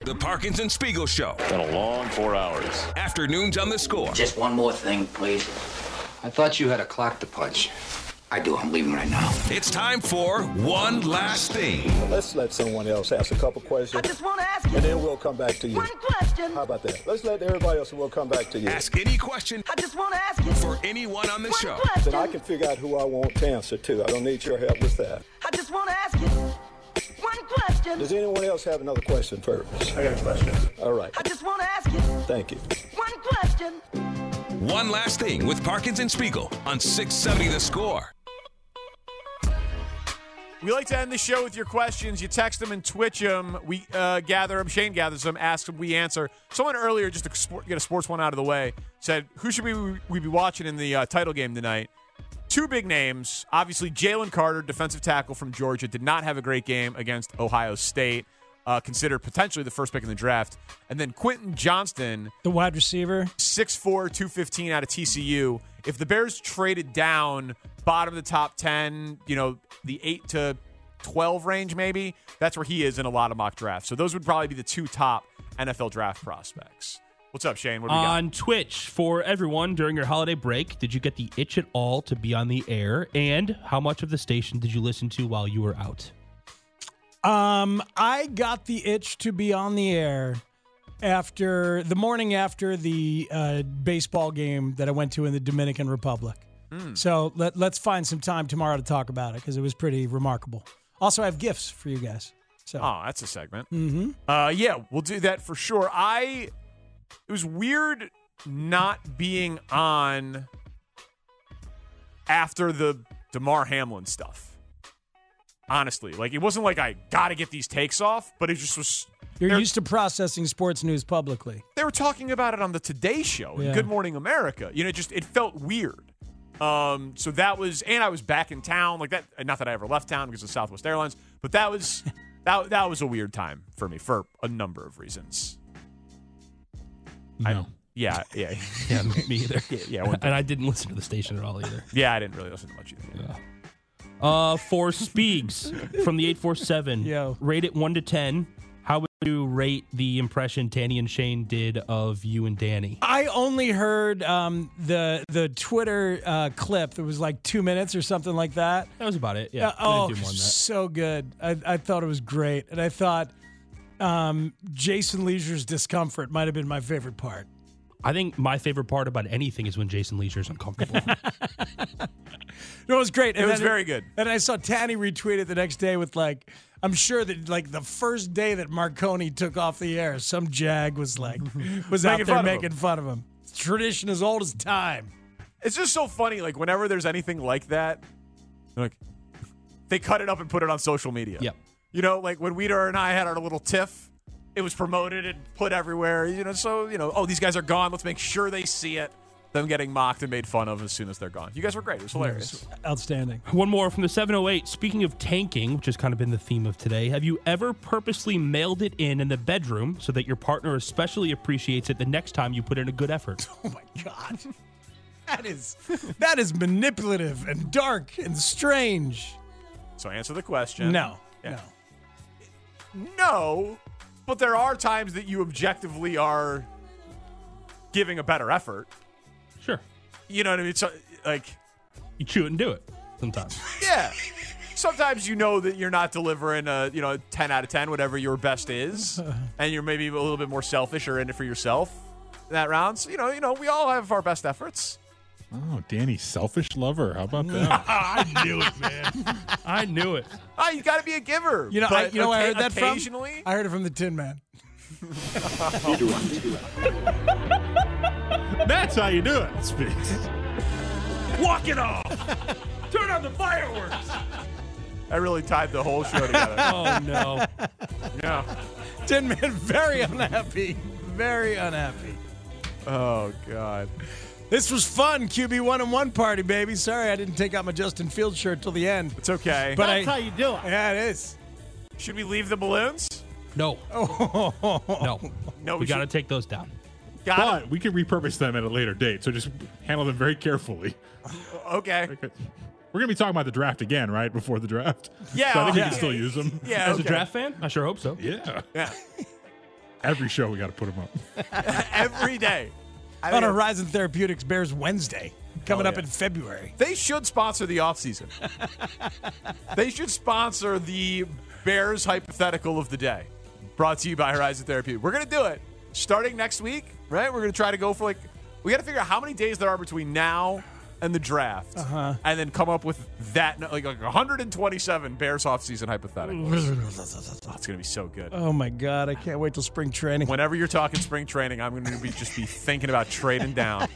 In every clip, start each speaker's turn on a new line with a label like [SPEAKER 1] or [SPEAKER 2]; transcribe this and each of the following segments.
[SPEAKER 1] The Parkinson Spiegel Show.
[SPEAKER 2] Been a long four hours.
[SPEAKER 1] Afternoons on the score.
[SPEAKER 3] Just one more thing, please.
[SPEAKER 4] I thought you had a clock to punch.
[SPEAKER 3] I do. I'm leaving right now.
[SPEAKER 1] It's time for One Last Thing.
[SPEAKER 5] Let's let someone else ask a couple questions.
[SPEAKER 6] I just want to ask you
[SPEAKER 5] and then we'll come back to you.
[SPEAKER 6] one question.
[SPEAKER 5] How about that? Let's let everybody else and we'll come back to you.
[SPEAKER 1] Ask any question
[SPEAKER 6] I just want to ask you
[SPEAKER 1] for anyone on the
[SPEAKER 6] one
[SPEAKER 1] show.
[SPEAKER 6] question.
[SPEAKER 5] Then I can figure out who I want to answer to. I don't need your help with that.
[SPEAKER 6] I just want to ask you one
[SPEAKER 5] Does
[SPEAKER 6] question.
[SPEAKER 5] anyone else have another question first? I got a question. All right.
[SPEAKER 6] I just want to ask you
[SPEAKER 5] Thank you.
[SPEAKER 6] one question.
[SPEAKER 1] One Last Thing with Parkinson Spiegel on 670 The Score.
[SPEAKER 7] We like to end the show with your questions. You text them and Twitch them. We uh, gather them. Shane gathers them, asks them, we answer. Someone earlier, just to sport, get a sports one out of the way, said, Who should we, we be watching in the uh, title game tonight? Two big names. Obviously, Jalen Carter, defensive tackle from Georgia, did not have a great game against Ohio State, uh, considered potentially the first pick in the draft. And then Quentin Johnston.
[SPEAKER 8] The wide receiver.
[SPEAKER 7] 6'4, 215 out of TCU. If the Bears traded down bottom of the top 10, you know, the 8 to 12 range, maybe, that's where he is in a lot of mock drafts. So those would probably be the two top NFL draft prospects. What's up, Shane? What do we got?
[SPEAKER 8] on Twitch for everyone during your holiday break. Did you get the itch at all to be on the air? And how much of the station did you listen to while you were out?
[SPEAKER 9] Um, I got the itch to be on the air after the morning after the uh, baseball game that I went to in the Dominican Republic. So let, let's find some time tomorrow to talk about it because it was pretty remarkable. Also, I have gifts for you guys. So
[SPEAKER 7] Oh, that's a segment. Mm-hmm. Uh, yeah, we'll do that for sure. I it was weird not being on after the Demar Hamlin stuff. Honestly, like it wasn't like I got to get these takes off, but it just was.
[SPEAKER 9] you're
[SPEAKER 7] they're-
[SPEAKER 9] used to processing sports news publicly.
[SPEAKER 7] they were talking about it on the Today Show and
[SPEAKER 9] Yeah.
[SPEAKER 7] Good Morning America. You know, it just it felt weird. Um, so that was, and I was back in town like that. Not that I ever left town because of Southwest Airlines, but that was that that was a weird time for me for a number of reasons. I-
[SPEAKER 8] No.
[SPEAKER 7] Yeah, yeah,
[SPEAKER 8] Yeah, me either.
[SPEAKER 7] yeah, I wouldn't-
[SPEAKER 8] and I didn't listen to the station at all either.
[SPEAKER 7] yeah. I didn't really listen to much either.
[SPEAKER 8] Uh, for Speaks from the 847,
[SPEAKER 9] Yo.
[SPEAKER 8] rate it 1 to 10. How would you rate the impression Danny and Shane did of you and Danny?
[SPEAKER 9] I only heard um, the the Twitter uh, clip that was like two minutes or something like that.
[SPEAKER 8] That was about it. Yeah.
[SPEAKER 9] Uh,
[SPEAKER 8] I
[SPEAKER 9] oh,
[SPEAKER 8] didn't do more than that.
[SPEAKER 9] so good. I, I thought it was great. And I thought um, Jason Leisure's discomfort might have been my favorite part.
[SPEAKER 8] I think my favorite part about anything is when Jason Leisure's uncomfortable.
[SPEAKER 9] No, it was great.
[SPEAKER 7] It
[SPEAKER 9] And
[SPEAKER 7] was
[SPEAKER 9] then-
[SPEAKER 7] very good.
[SPEAKER 9] And I saw Tanny retweet it the next day with like, I'm sure that like the first day that Marconi took off the air, some jag was like, was
[SPEAKER 7] Making
[SPEAKER 9] out
[SPEAKER 7] fun
[SPEAKER 9] there
[SPEAKER 7] of him.
[SPEAKER 9] making fun of him. It's tradition as old as time.
[SPEAKER 7] It's just so funny. Like whenever there's anything like that, they're like they cut it up and put it on social media.
[SPEAKER 8] Yep.
[SPEAKER 7] You know, like when Weeder and I had our little tiff, it was promoted and put everywhere. You know, so you know, oh these guys are gone. Let's make sure they see it. Them getting mocked and made fun of as soon as they're gone. You guys were great. It was hilarious.
[SPEAKER 9] Outstanding.
[SPEAKER 8] One more from the 708. Speaking of tanking, which has kind of been the theme of today, have you ever purposely mailed it in in the bedroom so that your partner especially appreciates it the next time you put in a good effort?
[SPEAKER 9] Oh my god. That is that is manipulative and dark and strange.
[SPEAKER 7] So answer the question.
[SPEAKER 9] No.
[SPEAKER 7] Yeah.
[SPEAKER 9] No.
[SPEAKER 7] No, but there are times that you objectively are giving a better effort.
[SPEAKER 8] Sure.
[SPEAKER 7] You know what I mean? So like
[SPEAKER 8] You chew it and do it sometimes.
[SPEAKER 7] Yeah. Sometimes you know that you're not delivering a you know a ten out of ten, whatever your best is, and you're maybe a little bit more selfish or in it for yourself that round. So you know, you know, we all have our best efforts.
[SPEAKER 10] Oh, Danny, selfish lover. How about that?
[SPEAKER 8] I knew it, man. I knew it.
[SPEAKER 7] Ah, you got to be a giver.
[SPEAKER 9] You know, I,
[SPEAKER 7] but
[SPEAKER 9] you know where I
[SPEAKER 7] occa-
[SPEAKER 9] heard that from?
[SPEAKER 7] occasionally.
[SPEAKER 9] I heard it from the Tin Man.
[SPEAKER 10] That's how you do it. Speaks.
[SPEAKER 8] Walk it off. Turn on the fireworks.
[SPEAKER 7] I really tied the whole show together.
[SPEAKER 8] Oh, no.
[SPEAKER 7] yeah.
[SPEAKER 9] Tin Man very unhappy. Very unhappy.
[SPEAKER 7] Oh God.
[SPEAKER 9] This was fun, QB one and one party, baby. Sorry I didn't take out my Justin Field shirt till the end.
[SPEAKER 7] It's okay.
[SPEAKER 9] But
[SPEAKER 11] That's
[SPEAKER 9] I-
[SPEAKER 11] how you do it.
[SPEAKER 9] Yeah, it is.
[SPEAKER 7] should we leave the balloons?
[SPEAKER 8] No. Oh. no.
[SPEAKER 7] No,
[SPEAKER 8] We
[SPEAKER 7] we
[SPEAKER 8] got to
[SPEAKER 7] should-
[SPEAKER 8] take those down.
[SPEAKER 7] Got it.
[SPEAKER 10] But we can repurpose them at a later date, so just handle them very carefully.
[SPEAKER 7] Okay.
[SPEAKER 10] We're gonna be talking about the draft again, right? Before the draft.
[SPEAKER 7] Yeah,
[SPEAKER 10] So I think we
[SPEAKER 7] yeah.
[SPEAKER 10] can still use them.
[SPEAKER 7] Yeah.
[SPEAKER 8] As
[SPEAKER 7] okay.
[SPEAKER 8] a draft fan, I sure hope so.
[SPEAKER 10] Yeah.
[SPEAKER 7] Yeah.
[SPEAKER 10] Every show we got to put them up.
[SPEAKER 7] Every day. I
[SPEAKER 9] On
[SPEAKER 7] mean,
[SPEAKER 9] Horizon Therapeutics Bears Wednesday, coming
[SPEAKER 8] Oh,
[SPEAKER 9] up in February.
[SPEAKER 7] They should sponsor the offseason. they should sponsor the Bears hypothetical of the day, brought to you by Horizon Therapy. We're going to do it starting next week, right? We're going to try to go for like, we got to figure out how many days there are between now and the draft, uh-huh. and then come up with that, like, like 127 Bears offseason hypothetical. Oh, it's going to be so good.
[SPEAKER 9] Oh my God, I can't wait till spring training.
[SPEAKER 7] Whenever you're talking spring training, I'm going to be just be thinking about trading down.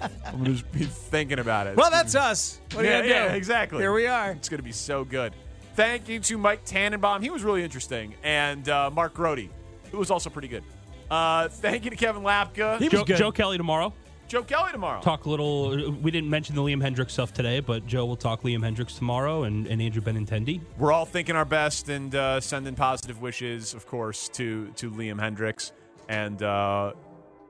[SPEAKER 7] I'm going to just be thinking about it.
[SPEAKER 9] Well, that's us. What are
[SPEAKER 7] yeah,
[SPEAKER 9] you gonna
[SPEAKER 7] yeah,
[SPEAKER 9] do?
[SPEAKER 7] exactly.
[SPEAKER 9] Here we are.
[SPEAKER 7] It's going to be so good. Thank you to Mike Tannenbaum. He was really interesting. And uh, Mark Grody, who was also pretty good. Uh, thank you to Kevin Lapka.
[SPEAKER 9] He was
[SPEAKER 8] Joe,
[SPEAKER 9] good.
[SPEAKER 8] Joe Kelly tomorrow.
[SPEAKER 7] Joe Kelly tomorrow.
[SPEAKER 8] Talk a little. We didn't mention the Liam Hendricks stuff today, but Joe will talk Liam Hendricks tomorrow and, and Andrew Benintendi.
[SPEAKER 7] We're all thinking our best and uh, sending positive wishes, of course, to, to Liam Hendricks. And uh,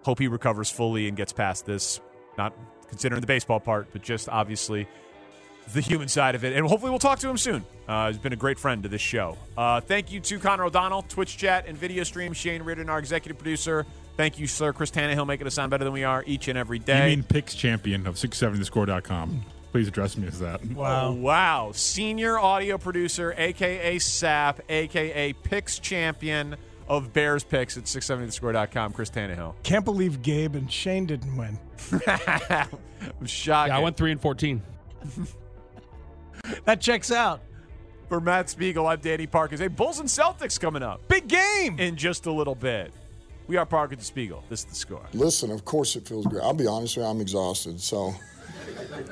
[SPEAKER 7] hope he recovers fully and gets past this. Not considering the baseball part, but just obviously the human side of it. And hopefully we'll talk to him soon. Uh, he's been a great friend to this show. Uh, thank you to Connor O'Donnell, Twitch chat and video stream, Shane Reardon, our executive producer. Thank you, sir. Chris Tannehill making us sound better than we are each and every
[SPEAKER 10] You
[SPEAKER 7] day.
[SPEAKER 10] mean picks champion of 670thescore.com. Please address me as that.
[SPEAKER 7] wow. Oh, Wow. Senior audio producer, aka SAP, aka Picks Champion of Bears Picks at 670thescore.com, Chris Tannehill.
[SPEAKER 9] Can't believe Gabe and Shane didn't win.
[SPEAKER 7] I'm shocked.
[SPEAKER 8] Yeah, I went three and fourteen.
[SPEAKER 9] That checks out.
[SPEAKER 7] For Matt Spiegel, I'm Danny Parkins. Hey, Bulls and Celtics coming up
[SPEAKER 9] Big game.
[SPEAKER 7] in just a little bit. We are Parkins and Spiegel. This is the score.
[SPEAKER 12] Listen, of course it feels great. I'll be honest with you, I'm exhausted. So,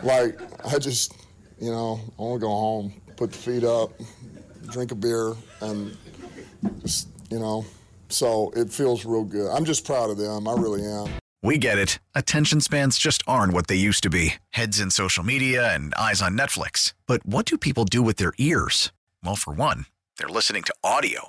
[SPEAKER 12] like, I just, you know, I want to go home, put the feet up, drink a beer, and just, you know, so it feels real good. I'm just proud of them. I really am.
[SPEAKER 13] We get it. Attention spans just aren't what they used to be heads in social media and eyes on Netflix. But what do people do with their ears? Well, for one, they're listening to audio.